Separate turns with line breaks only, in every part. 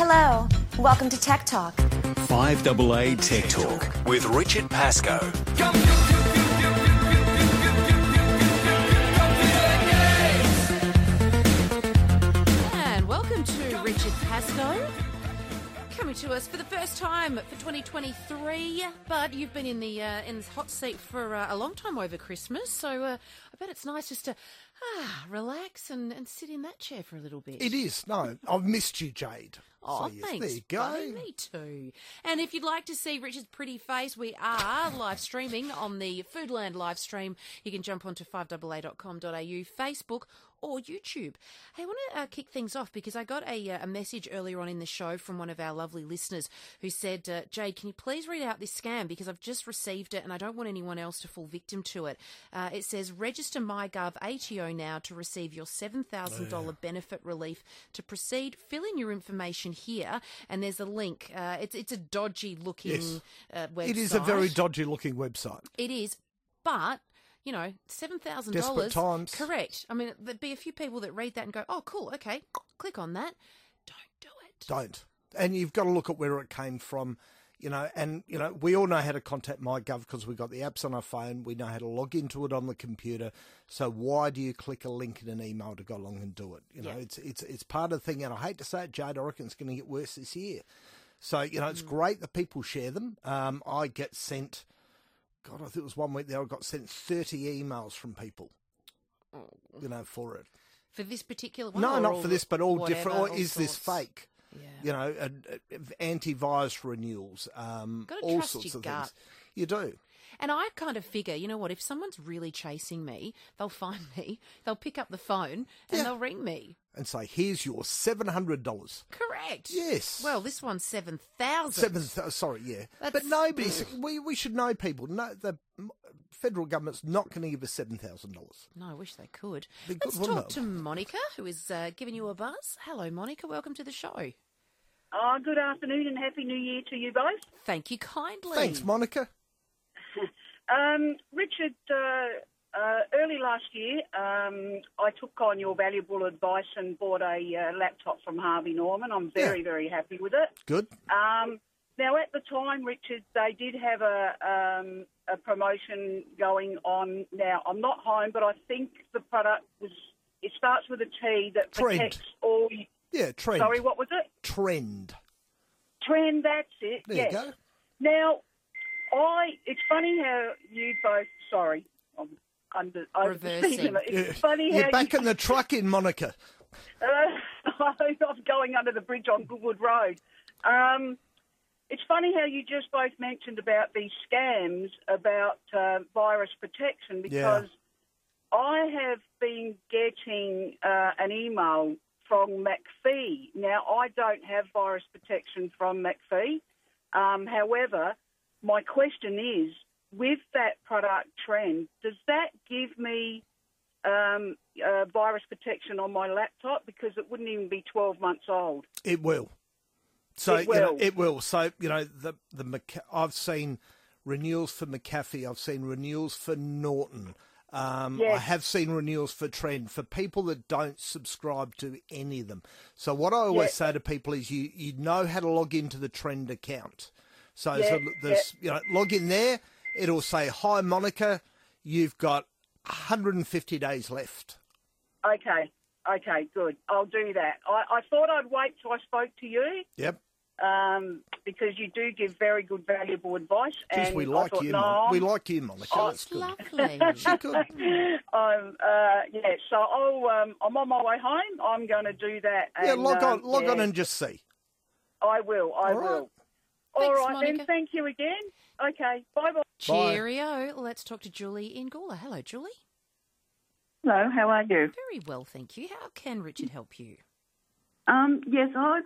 Hello. Welcome to Tech Talk.
5AA Tech Talk with Richard Pascoe.
And welcome to Richard Pascoe. Coming to us for the first time for 2023, but you've been in the uh, in this hot seat for uh, a long time over Christmas, so uh, I bet it's nice just to ah, relax and, and sit in that chair for a little bit.
It is. No, I've missed you, Jade.
Oh,
So, yes,
thanks.
There you eh? go.
buddy. Me too. And if you'd like to see Richard's pretty face, we are live streaming on the Foodland live stream. You can jump onto 5AA.com.au, Facebook, or YouTube. Hey, I want to uh, kick things off because I got a, uh, a message earlier on in the show from one of our lovely listeners who said, uh, Jade, can you please read out this scam because I've just received it and I don't want anyone else to fall victim to it. Uh, it says, register MyGov ATO now to receive your $7,000
Oh,
benefit relief to proceed. Fill in your information here and there's a link. Uh, it's, it's a dodgy looking
Yes.
uh, website.
It is a very dodgy looking website.
It is, but you know, seven thousand
Desperate
dollars.
times.
Correct. I mean, there'd be a few people that read that and go, "Oh, cool, okay, click on that." Don't do it.
Don't. And you've got to look at where it came from, you know. And, you know, we all know how to contact MyGov because we've got the apps on our phone. We know how to log into it on the computer. So why do you click a link in an email to go along and do it? You know,
Yeah.
it's, it's, it's part of the thing. And I hate to say it, Jade, I reckon it's going to get worse this year. So, you know, it's great that people share them. Um, I get sent, God, I think it was one week there, I got sent 30 emails from people, you know, for it.
For this particular one,
No,
or
not
all-
for this, but all different.
whatever,
Or
all
is this
sorts?
fake?
Yeah.
You know, and, uh, antivirus renewals, um,
Gotta
all
trust
sorts
your
of
gut.
things. You do.
And I kind of figure, you know what? If someone's really chasing me, they'll find me. They'll pick up the phone and
Yeah.
they'll ring me.
And say, here's your $700.
Correct.
Yes.
Well, this one's seven thousand.
Seven, th- uh, sorry, yeah.
That's-
But nobody's, we, we should know people. No, the m- federal government's not going to give us $7,000.
No, I wish they could.
Be good,
Let's
wouldn't
talk
it?
to Monica, who is uh, giving you a buzz. Hello, Monica. Welcome to the show.
Oh, good afternoon and happy new year to you both.
Thank you kindly.
Thanks, Monica.
Um, Richard, uh, uh, early last year, um, I took on your valuable advice and bought a uh, laptop from Harvey Norman. I'm very,
Yeah.
very happy with it.
Good.
Um, now, at the time, Richard, they did have a, um, a promotion going on. Now, I'm not home, but I think the product was. It starts with a T that
Trend.
protects all.
Yeah, trend.
Sorry, what was it?
Trend.
Trend. That's it.
There
yes.
you go.
Now, I. It's funny how you both. Sorry, I'm under. over
Reversing.
It's funny
You're
how
back
you,
in the truck in Monica.
uh, I'm going under the bridge on Goodwood Road. Um, it's funny how you just both mentioned about these scams about uh, virus protection because I have been getting uh, an email from McPhee. Now, I don't have virus protection from McPhee. Um, however, my question is with that product trend, does that give me um, uh, virus protection on my laptop because it wouldn't even be 12 months old.
It will. So
It
you know,
will.
it will. So you know the the Mc- I've seen renewals for McAfee. I've seen renewals for Norton. Um, I
Yes.
have seen renewals for Trend for people that don't subscribe to any of them. So what I always
Yes.
say to people is you you know how to log into the Trend account. So, so
Yes,
there's you know log in there. It'll say hi Monica, you've got 150 days left.
Okay, okay, good. I'll do that. I, I thought I'd wait till I spoke to you
Yep.
um, because you do give very good, valuable advice.
Jeez,
and
we
I
like
thought,
you.
no,
Mon- we
I'm-
like you, Monica. That's
That's
good.
Oh, lovely.
She good.
I'm, uh, yeah, so I'll, um, I'm on my way home. I'm going to do that.
Yeah,
and,
log on,
um,
log on,
yeah,
and just see.
I will. I
All right.
will. All
Thanks,
right
Monica.
then. Thank you again. Okay. Bye bye.
Cheerio. Let's talk to Julie in Gawler. Hello, Julie.
Hello, how are you?
Very well, thank you. How can Richard help you?
Um, yes, I've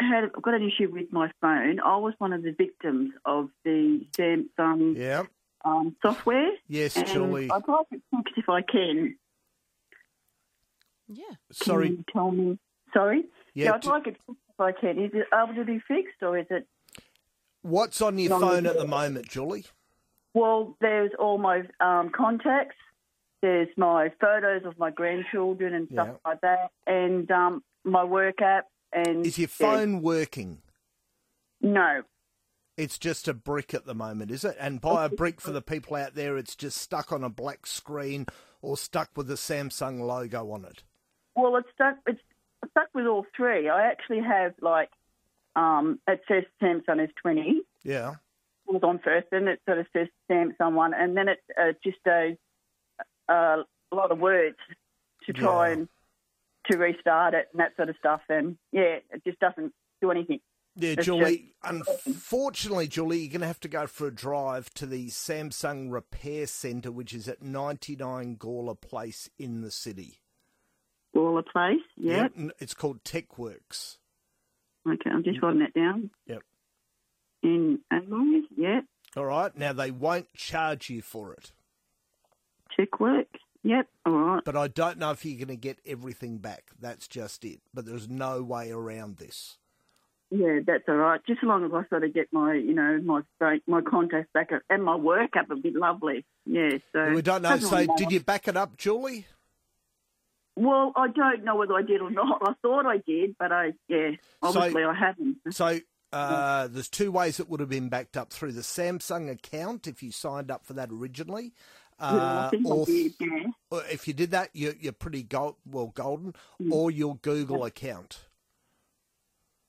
had I've got an issue with my phone. I was one of the victims of the Samsung
Yeah.
um, software.
Yes,
Um,
and
Julie.
I'd like to think if I can.
Yeah.
Can
Sorry.
you tell me. Sorry.
Yeah,
I'd
d-
like it fixed if I can. Is it able to be fixed or is it?
What's on your
Long
phone at
ago.
the moment, Julie?
Well, there's all my um, contacts. There's my photos of my grandchildren and stuff
Yeah.
like that, and um, my work app,
And
Is your
yeah,
phone working?
no,
It's just a brick at the moment, is it? And by a brick for the people out there, it's just stuck on a black screen or stuck with the Samsung logo on it.
Well, it's stuck. It's stuck with all three. I actually have like um, it says Samsung is twenty.
Yeah.
It was on first, and it sort of says Samsung one, and then it uh, just a, a lot of words to try
Yeah.
and to restart it and that sort of stuff. And yeah, it just doesn't do anything.
Yeah,
It's
Julie. Unfortunately, Julie, you're going to have to go for a drive to the Samsung Repair Centre, which is at 99 Gawler Place in the city.
All a place. Yeah.
Yep, n- It's called TechWorks.
Okay, I'm just writing that down.
Yep.
In Adelaide. Yeah.
All right. Now, they won't charge you for it,
Check work. Yep. All right.
but I don't know if you're going to get everything back. That's just it. But there's no way around this.
Yeah, that's all right. Just as long as I sort of get my, you know, my break- my contacts back up and my work up, it'd be lovely. Yeah. So
We don't know.
Doesn't
So,
matter.
did you back it up, Julie?
Well, I don't know whether I did or not. I thought I did, but I yeah, obviously I haven't.
So uh, there's two ways it would have been backed up through the Samsung account if you signed up for that originally,
Yeah, I
uh,
think I
or,
did. Yeah.
or if you did that, you're, you're pretty gold, well golden,
Mm.
or your Google account.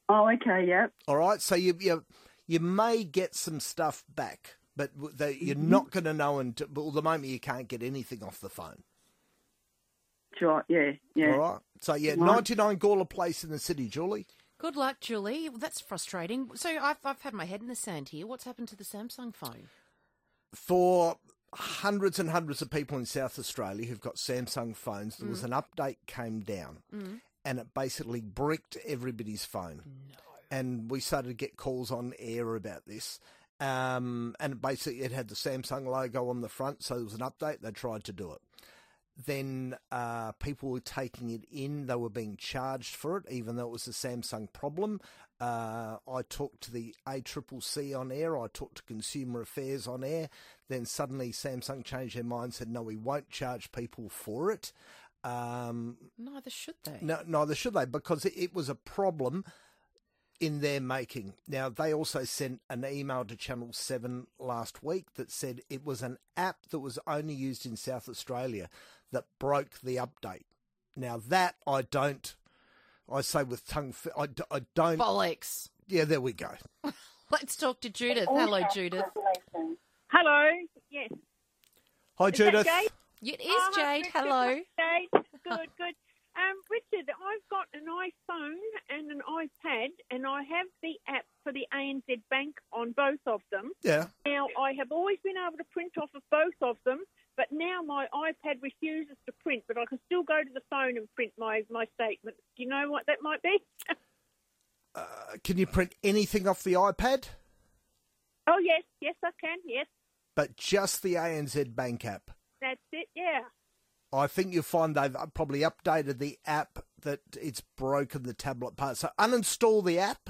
Oh, okay. Yep.
All right, so you you, you may get some stuff back, but w- they, you're
Mm-hmm.
not going to know until well, the moment you can't get anything off the phone.
That's right. Yeah. Yeah.
All right, so yeah,
Right.
99 Gawler Place in the city, Julie.
Good luck, Julie. Well, that's frustrating. So I've, I've had my head in the sand here. What's happened to the Samsung phone?
for hundreds and hundreds of people in South Australia who've got Samsung phones, there
Mm.
was an update came down and it basically bricked everybody's phone. And we started to get calls on air about this. Um, and basically, it had the Samsung logo on the front, so there was an update. They tried to do it. Then uh, people were taking it in. They were being charged for it, even though it was a Samsung problem. Uh, I talked to the ACCC on air. I talked to Consumer Affairs on air. Then suddenly Samsung changed their mind, said, no, we won't charge people for it. Um,
Neither should they.
no, neither should they, because it, it was a problem in their making. Now, they also sent an email to Channel 7 last week that said it was an app that was only used in South Australia that broke the update. Now, that I don't, I say with tongue, fi- I, d- I don't,
Bollocks.
yeah, there we go.
Let's talk to Judith. Hello, Judith.
Hello. Yes.
Hi,
Is that
Judith.
Jade?
It is
Oh, hi,
Jade.
Richard.
Hello.
Jade. Good, good. Um, Richard, I've got an iPhone and an iPad, and I have the app for the ANZ Bank on both of them.
Yeah.
Now, I have always been able to print off of both of them, but now my iPad refuses to print, but I can still go to the phone and print my, my statement. Do you know what that might be?
Uh, Can you print anything off the iPad?
oh, yes, yes, I can. Yes,
But just the ANZ Bank app.
that's it. Yeah.
I think you'll find they've probably updated the app that it's broken the tablet part. So uninstall the app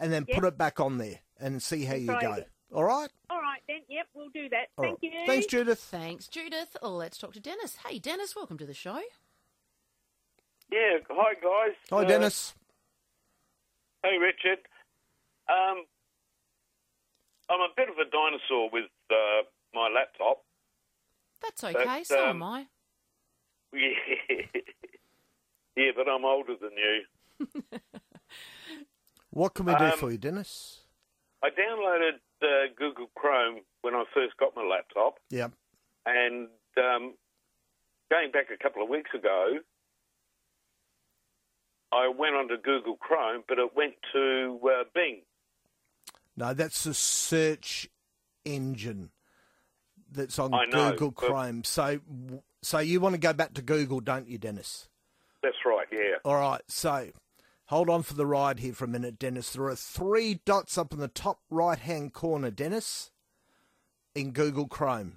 and then put it back on there and see how you
Right.
go. All right?
All right, then. Yep, we'll do that.
All
Thank
right.
you.
Thanks, Judith.
Thanks, Judith. Let's talk to Dennis. Hey, Dennis, welcome to the show.
Yeah, hi guys.
Hi,
Uh,
Dennis.
Hey Richard. Um, I'm a bit of a dinosaur with uh, my laptop.
That's okay.
But,
So am
um,
I.
yeah, but I'm older than you.
What can we do
um,
for you, Dennis?
I downloaded uh, Google Chrome when I first got my laptop,
Yeah.
and um, going back a couple of weeks ago, I went onto Google Chrome, but it went to uh, Bing.
No, that's the search engine that's on
I know,
Google
but-
Chrome. So, so you want to go back to Google, don't you, Dennis?
That's right. Yeah.
All right, so hold on for the ride here for a minute, Dennis. There are three dots up in the top right hand corner, Dennis, in Google Chrome.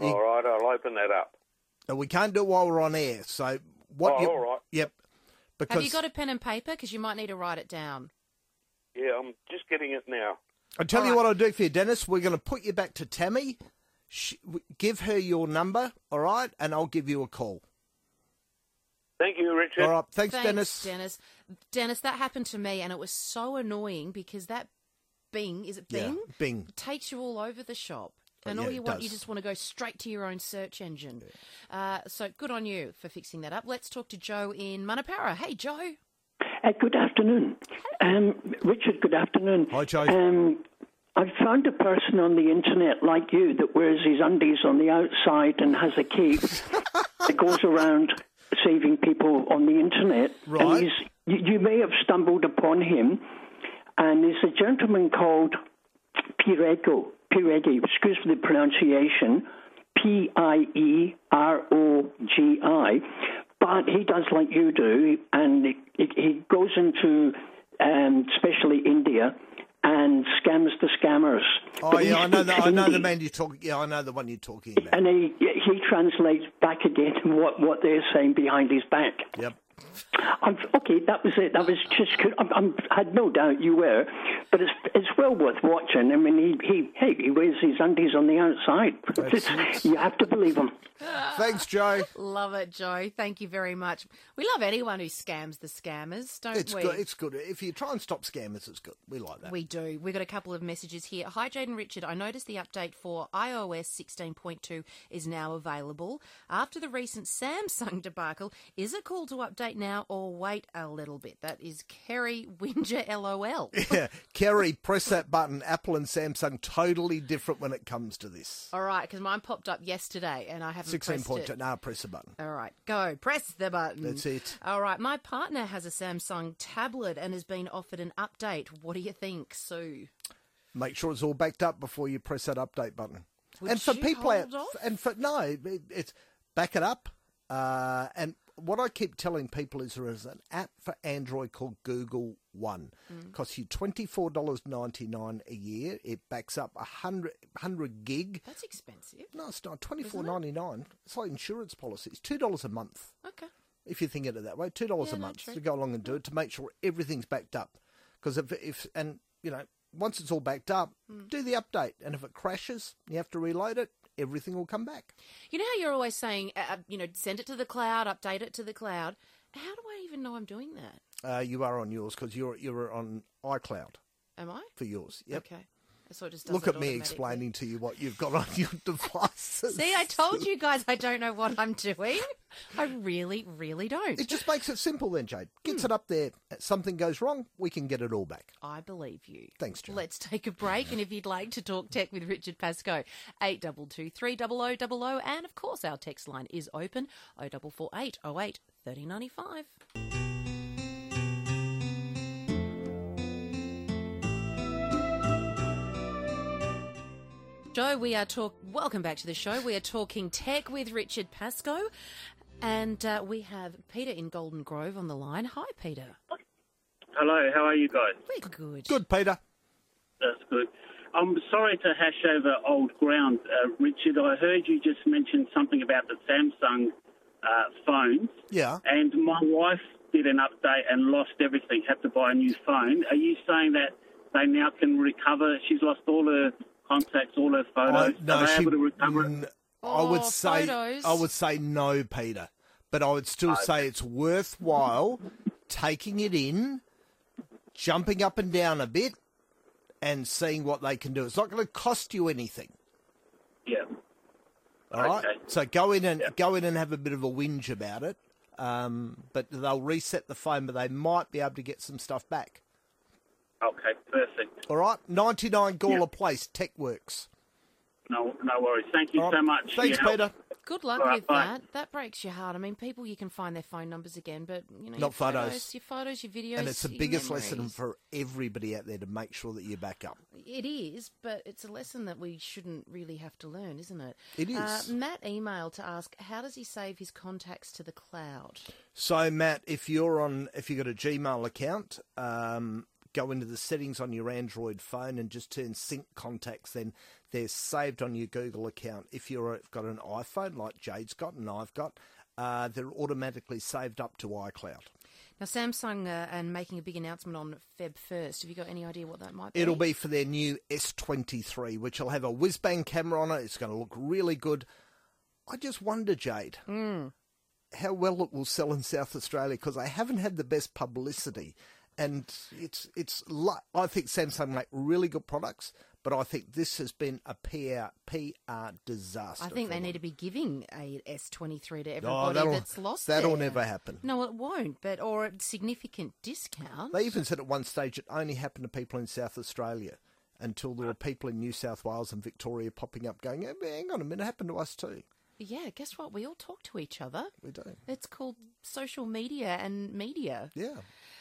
You-
All right, I'll open that up.
Now, we can't do it while we're on air, so what
Oh,
you.
all right.
Yep. Because
Have you got a pen and paper? Because you might need to write it down.
Yeah, I'm just getting it now.
I'll tell
All
you
right.
what I'll do for you, Dennis. We're going to put you back to Tammy. Sh- w give her your number, all right, and I'll give you a call.
Thank you, Richard.
All right. Thanks,
Thanks,
Dennis.
Dennis. Dennis, that happened to me, and it was so annoying because that Bing is it
Yeah,
Bing?
Bing.
takes you all over the shop.
Oh,
And
yeah,
all you
it
want, you
does.
just want to go straight to your own search engine. Uh, so good on you for fixing that up. Let's talk to Joe in Manapara. Hey, Joe.
Uh, good afternoon. Um, Richard, good afternoon.
Hi, Joe.
Um, I've found a person on the internet like you that wears his undies on the outside and has a key that goes around saving people on the internet.
Right.
And he's, you, you may have stumbled upon him, and there's a gentleman called Pirego. Piregi, excuse for the pronunciation, P I E R O G I. But he does like you do, and he, he goes into, um, especially India, and scams the scammers.
Oh
But he
yeah, I know the
speaks
I know the
Hindi,
man you're talking. Yeah, I know the one you're talking about.
And he he translates back again what what they're saying behind his back.
Yep.
I'm, okay, that was it. That was just good. I'm, I'm, had no doubt you were, but it's it's well worth watching. I mean, he he hey, he wears his undies on the outside.
That's it.
you have to believe him.
Thanks, Joe.
Love it, Joe. Thank you very much. We love anyone who scams the scammers, don't
It's
we?
good. It's good. If you try and stop scammers, it's good. We like that.
We do. We've got a couple of messages here. Hi, Jade and Richard. I noticed the update for iOS 16.2 is now available. After the recent Samsung debacle, is it cool to update now or wait a little bit? That is Kerry Winger LOL.
Yeah, Kerry, press that button. Apple and Samsung totally different when it comes to this.
All right, because mine popped up yesterday and I haven't
Sixteen
pressed
point
it.
two. Now press the button.
All right, go press the button.
That's it.
All right, my partner has a Samsung tablet and has been offered an update. What do you think, Sue?
Make sure it's all backed up before you press that update button.
Would
and for
you
people out,
hold off?
and for no, it- it's back it up. Uh, and what I keep telling people is there is an app for Android called Google One.
Mm.
Costs you twenty four dollars ninety nine a year. It backs up a hundred hundred gig.
That's expensive.
No, it's not twenty four ninety nine. It's like insurance policies. Two dollars a month
Okay.
if you think of it that way, two dollars
Yeah,
a
no,
month
true.
to go along and do it to make sure everything's backed up. Because if, if and you know once it's all backed up,
Hmm.
do the update, and if it crashes, you have to reload it. Everything will come back.
You know how you're always saying, uh, uh, you know, send it to the cloud, update it to the cloud. How do I even know I'm doing that?
Uh, you are on yours because you're you're on iCloud
Am I?
for yours. Yep.
Okay. So it just does
Look
it
at me
automatically.
explaining to you what you've got on your devices.
See, I told you guys I don't know what I'm doing. I really, really don't.
It just makes it simple then, Jade.
Hmm.
Gets it up there. If something goes wrong, we can get it all back.
I believe you.
Thanks, Joe.
Let's take a break. And if you'd like to talk tech with Richard Pascoe, 822 3000. And of course, our text line is open 0448 08 3095. Joe, we are talk. Welcome back to the show. We are talking tech with Richard Pascoe, and uh, we have Peter in Golden Grove on the line. Hi, Peter.
Hello, how are you guys?
We're good.
Good, Peter.
That's good. I'm sorry to hash over old ground, uh, Richard. I heard you just mention something about the Samsung uh, phones.
Yeah.
And my wife did an update and lost everything, had to buy a new phone. Are you saying that they now can recover? She's lost all her contacts, all her photos.
I- no,
Are they
she,
able to recover it?
n- I would
Oh,
say
photos.
I would say no, Peter. But I would still say it's worthwhile taking it in, jumping up and down a bit, and seeing what they can do. It's not going to cost you anything.
Yeah.
All right.
Okay.
So go in and go in and have a bit of a whinge about it. Um, but they'll reset the phone, but they might be able to get some stuff back.
Okay, perfect.
All right. Ninety nine Gawler Place, Tech Works.
No, no worries. Thank you
All
so
right.
much.
Oh,
for your
Thanks,
help.
Peter.
Good luck
Right,
with
bye.
that. That breaks your heart. I mean, people, you can find their phone numbers again, but you know, your
Not photos.
Your photos, your videos,
And it's the
your
biggest lesson
memories.
for everybody out there to make sure that you back up.
It is, but it's a lesson that we shouldn't really have to learn, isn't it?
It
Uh,
is.
Matt emailed to ask, how does he save his contacts to the cloud?
So Matt, if you're on, if you've got a Gmail account, um, go into the settings on your Android phone and just turn sync contacts. Then they're saved on your Google account. If you've got an iPhone, like Jade's got and I've got, uh, they're automatically saved up to iCloud.
Now, Samsung uh, and making a big announcement on Feb first. Have you got any idea what that might be?
It'll be for their new S23, which will have a
Hmm.
whiz bang camera on it. It's going to look really good. I just wonder, Jade, how well it will sell in South Australia because they haven't had the best publicity. And it's it's li- I think Samsung make really good products, but I think this has been a PR PR disaster.
I think
for
they
them.
need to be giving a S23 to
Oh,
everybody
that'll,
that's lost
that'll
their-
never happen.
No, it won't, but or a significant discount.
They even said at one stage it only happened to people in South Australia until there were people in New South Wales and Victoria popping up going, "Eh, hang on a minute, it happened to us too.
Yeah, guess what? We all talk to each other.
We do.
It's called social media and media.
Yeah.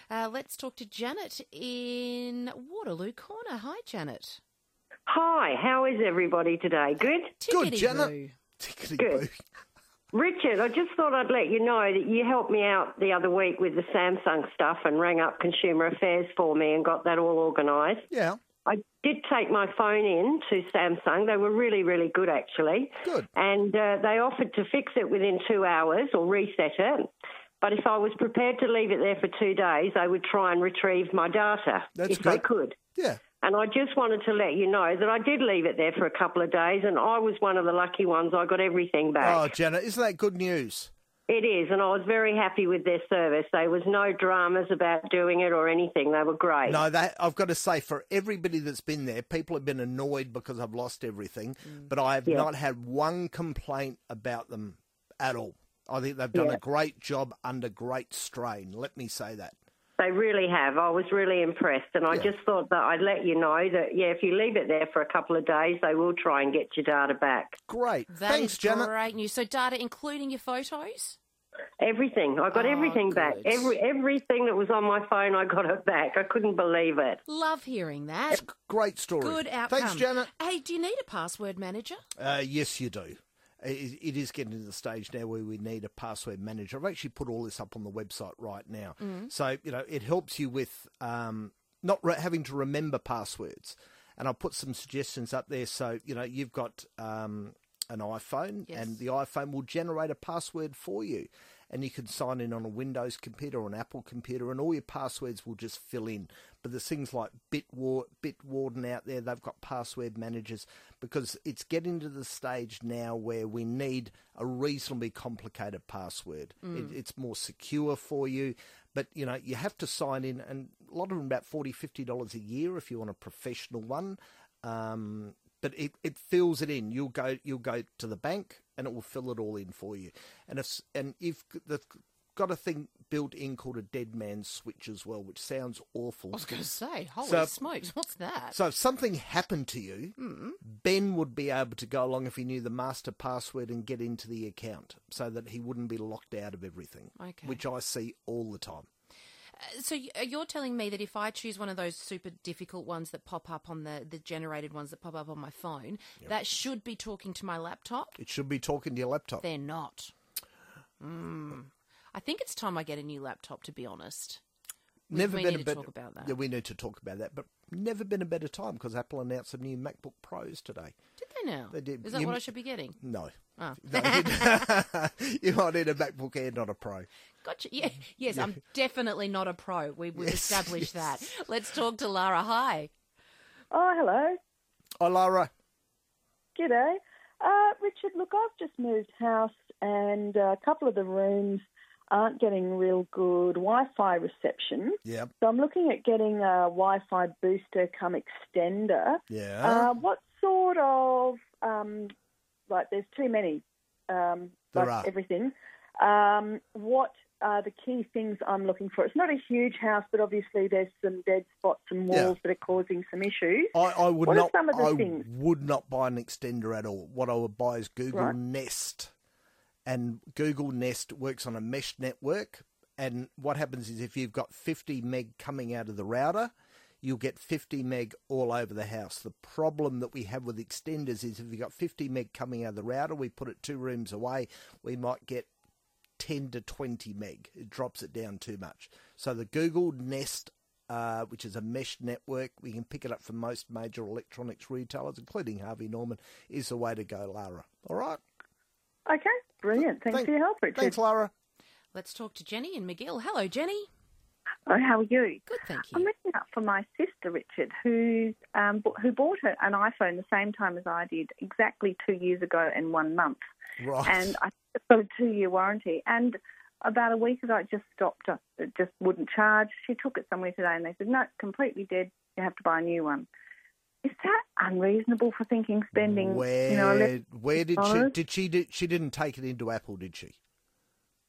Uh, let's talk to Janet in Waterloo Corner. Hi, Janet.
Hi, how is everybody today? Good?
Good, Tickety Janet. boo.
Good. Richard, I just thought I'd let you know that you helped me out the other week with the Samsung stuff and rang up Consumer Affairs for me and got that all organised.
Yeah.
I did take my phone in to Samsung. They were really, really good, actually.
Good.
And uh, they offered to fix it within two hours or reset it. But if I was prepared to leave it there for two days, they would try and retrieve my data
That's
if they
good.
could.
Yeah.
And I just wanted to let you know that I did leave it there for a couple of days, and I was one of the lucky ones. I got everything back.
Oh, Janet, isn't that good news?
It is, and I was very happy with their service. There was no dramas about doing it or anything. They were great.
No, that I've got to say, for everybody that's been there, people have been annoyed because I've lost everything,
Mm.
but I have
Yeah.
not had one complaint about them at all. I think they've done
Yeah.
a great job under great strain. Let me say that.
They really have. I was really impressed, and I
Yeah.
just thought that I'd let you know that, yeah, if you leave it there for a couple of days, they will try and get your data back.
Great.
That is
Thanks, Janet.
great news. So data including your photos?
Everything. I got
Oh,
everything back.
good.
Every everything that was on my phone, I got it back. I couldn't believe it.
Love hearing that.
Great story.
Good outcome.
Thanks, Janet.
Hey, do you need a password manager?
Uh, yes, you do. It, it is getting to the stage now where we need a password manager. I've actually put all this up on the website right now.
Mm-hmm.
Mm.
So, you know, it helps you with um, not re- having to remember passwords. And I put some suggestions up there. So, you know, you've got um, an iPhone,
Yes.
and the iPhone will generate a password for you. And you can sign in on a Windows computer or an Apple computer, and all your passwords will just fill in. But there's things like Bitwar- Bitwarden out there, they've got password managers because it's getting to the stage now where we need a reasonably complicated password.
Mm.
It, it's more secure for you, but you know, you have to sign in, and a lot of them about $40, $50 a year if you want a professional one. Um, but it, it fills it in. You'll go you'll go to the bank and it will fill it all in for you. And if and if they've got a thing built in called a dead man switch as well, which sounds awful.
I was going to say, holy
So-
smokes, what's that?
So if something happened to you,
Hmm.
Ben would be able to go along if he knew the master password and get into the account, so that he wouldn't be locked out of everything.
Okay.
Which I see all the time.
So y- uh, you're telling me that if I choose one of those super difficult ones that pop up on the, the generated ones that pop up on my phone, that should be talking to my laptop?
It should be talking to your laptop.
They're not. Mm. I think it's time I get a new laptop, to be honest. We- we need to
better-
talk about that.
Yeah, we need to talk about that. But never been a better time because Apple announced some new MacBook Pros today.
Did they now?
They did.
Is that
You-
what I should be getting?
No.
Oh.
No, you- you might need a MacBook Air, not a Pro.
Gotcha. Yeah. Yes,
Yeah.
I'm definitely not a pro. We, we've
Yes,
established
yes.
that. Let's talk to Lara. Hi.
Oh, hello.
Oh, Lara.
G'day. Uh, Richard, look, I've just moved house and uh, a couple of the rooms aren't getting real good Wi Fi reception.
Yeah.
So I'm looking at getting a Wi Fi booster come extender.
Yeah.
Uh, what sort of, um, like, there's too many, um,
There
like
are.
everything. Um, what are the key things I'm looking for? It's not a huge house, but obviously there's some dead spots and
Yeah.
walls that are causing some issues.
I, I would
What are
not.
some of the
I
things?
would not buy an extender at all. What I would buy is Google
Right.
Nest, and Google Nest works on a mesh network. And what happens is if you've got 50 meg coming out of the router, you'll get 50 meg all over the house. The problem that we have with extenders is if you've got 50 meg coming out of the router, we put it two rooms away, we might get 10 to 20 meg. It drops it down too much. So the Google Nest, uh, which is a mesh network, we can pick it up from most major electronics retailers, including Harvey Norman, is the way to go, Lara. All right.
Okay, brilliant. Thanks for your help, Richard.
Thanks, Lara.
Let's talk to Jenny and McGill. Hello, Jenny.
Oh, how are you?
Good, thank
I'm looking up for my sister, Richard, who um, b- who bought a- an iPhone the same time as I did, exactly two years ago and one month.
Right.
and I it's got a two-year warranty. And about a week ago, it just stopped. uh, It just wouldn't charge. She took it somewhere today, and they said, "No, it's completely dead. You have to buy a new one." Is that unreasonable for thinking spending?
Where
you know, 11
where did she
dollars?
did she did she didn't take it into Apple, did she?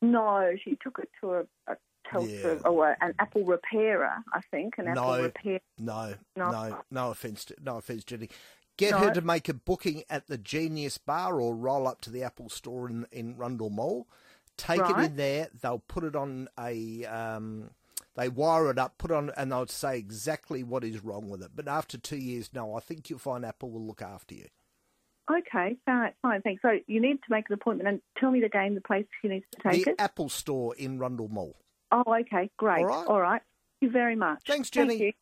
No, she took it to a, a Telstra or an Apple repairer, I think, an Apple
no,
repair.
no, no,
No.
no, offense, to, no offense, Jenny. Get
No.
her to make a booking at the Genius Bar or roll up to the Apple Store in in Rundle Mall. Take it
Right.
in there. They'll put it on a. Um, they wire it up, put on, and they'll say exactly what is wrong with it. But after two years, no, I think you'll find Apple will look after you.
Okay, fine, fine, thanks. So you need to make an appointment and tell me the game, the place she needs to take
the
it.
Apple Store in Rundle Mall.
Oh, okay, great.
All right.
All right. Thank you very much.
Thanks,
Thank
Jenny.
you.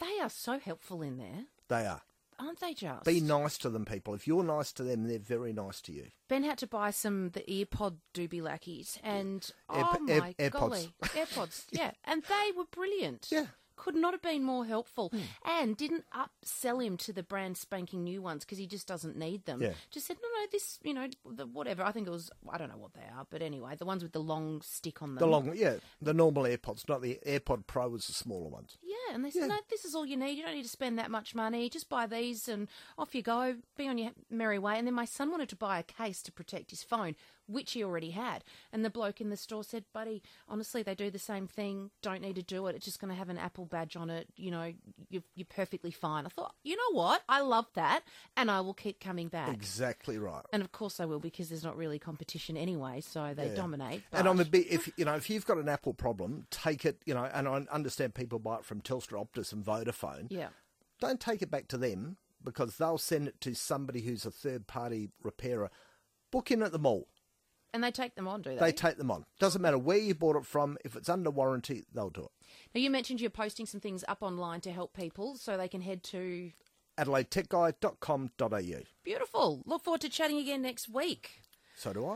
They are so helpful in there,
They are.
aren't they, just?
Be nice to them, people. If you're nice to them, they're very nice to you.
Ben had to buy some the earpod doobie lackies and
Airp-
oh
air-
my
AirPods.
golly, AirPods, yeah, and they were brilliant.
Yeah, Hmm.
could not have been more helpful, and didn't upsell him to the brand spanking new ones because he just doesn't need them.
Yeah.
Just said no, no, this, you know, the, whatever. I think it was I don't know what they are, but anyway, the ones with the long stick on them.
The long, yeah, the normal AirPods, not the AirPod Pro, is the smaller ones.
Yeah, and they said, no, this is all you need. You don't need to spend that much money. Just buy these and off you go. Be on your merry way. And then my son wanted to buy a case to protect his phone, which he already had. And the bloke in the store said, buddy, honestly, they do the same thing. Don't need to do it. It's just going to have an Apple badge on it. You know, you're, you're perfectly fine. I thought, you know what? I love that. And I will keep coming back.
Exactly right.
And of course I will because there's not really competition anyway, so they
Yeah.
dominate.
And
but-
I'm a bit, if you know, if you've got an Apple problem, take it, you know, and I understand people buy it from Telstra, Optus, and Vodafone.
Yeah.
Don't take it back to them because they'll send it to somebody who's a third party repairer. Book in at the mall.
And they take them on, do they?
They take them on. Doesn't matter where you bought it from. If it's under warranty, they'll do it.
Now, you mentioned you're posting some things up online to help people so they can head to.
AdelaideTechGuy.com.au.
Beautiful. Look forward to chatting again next week.
So do I.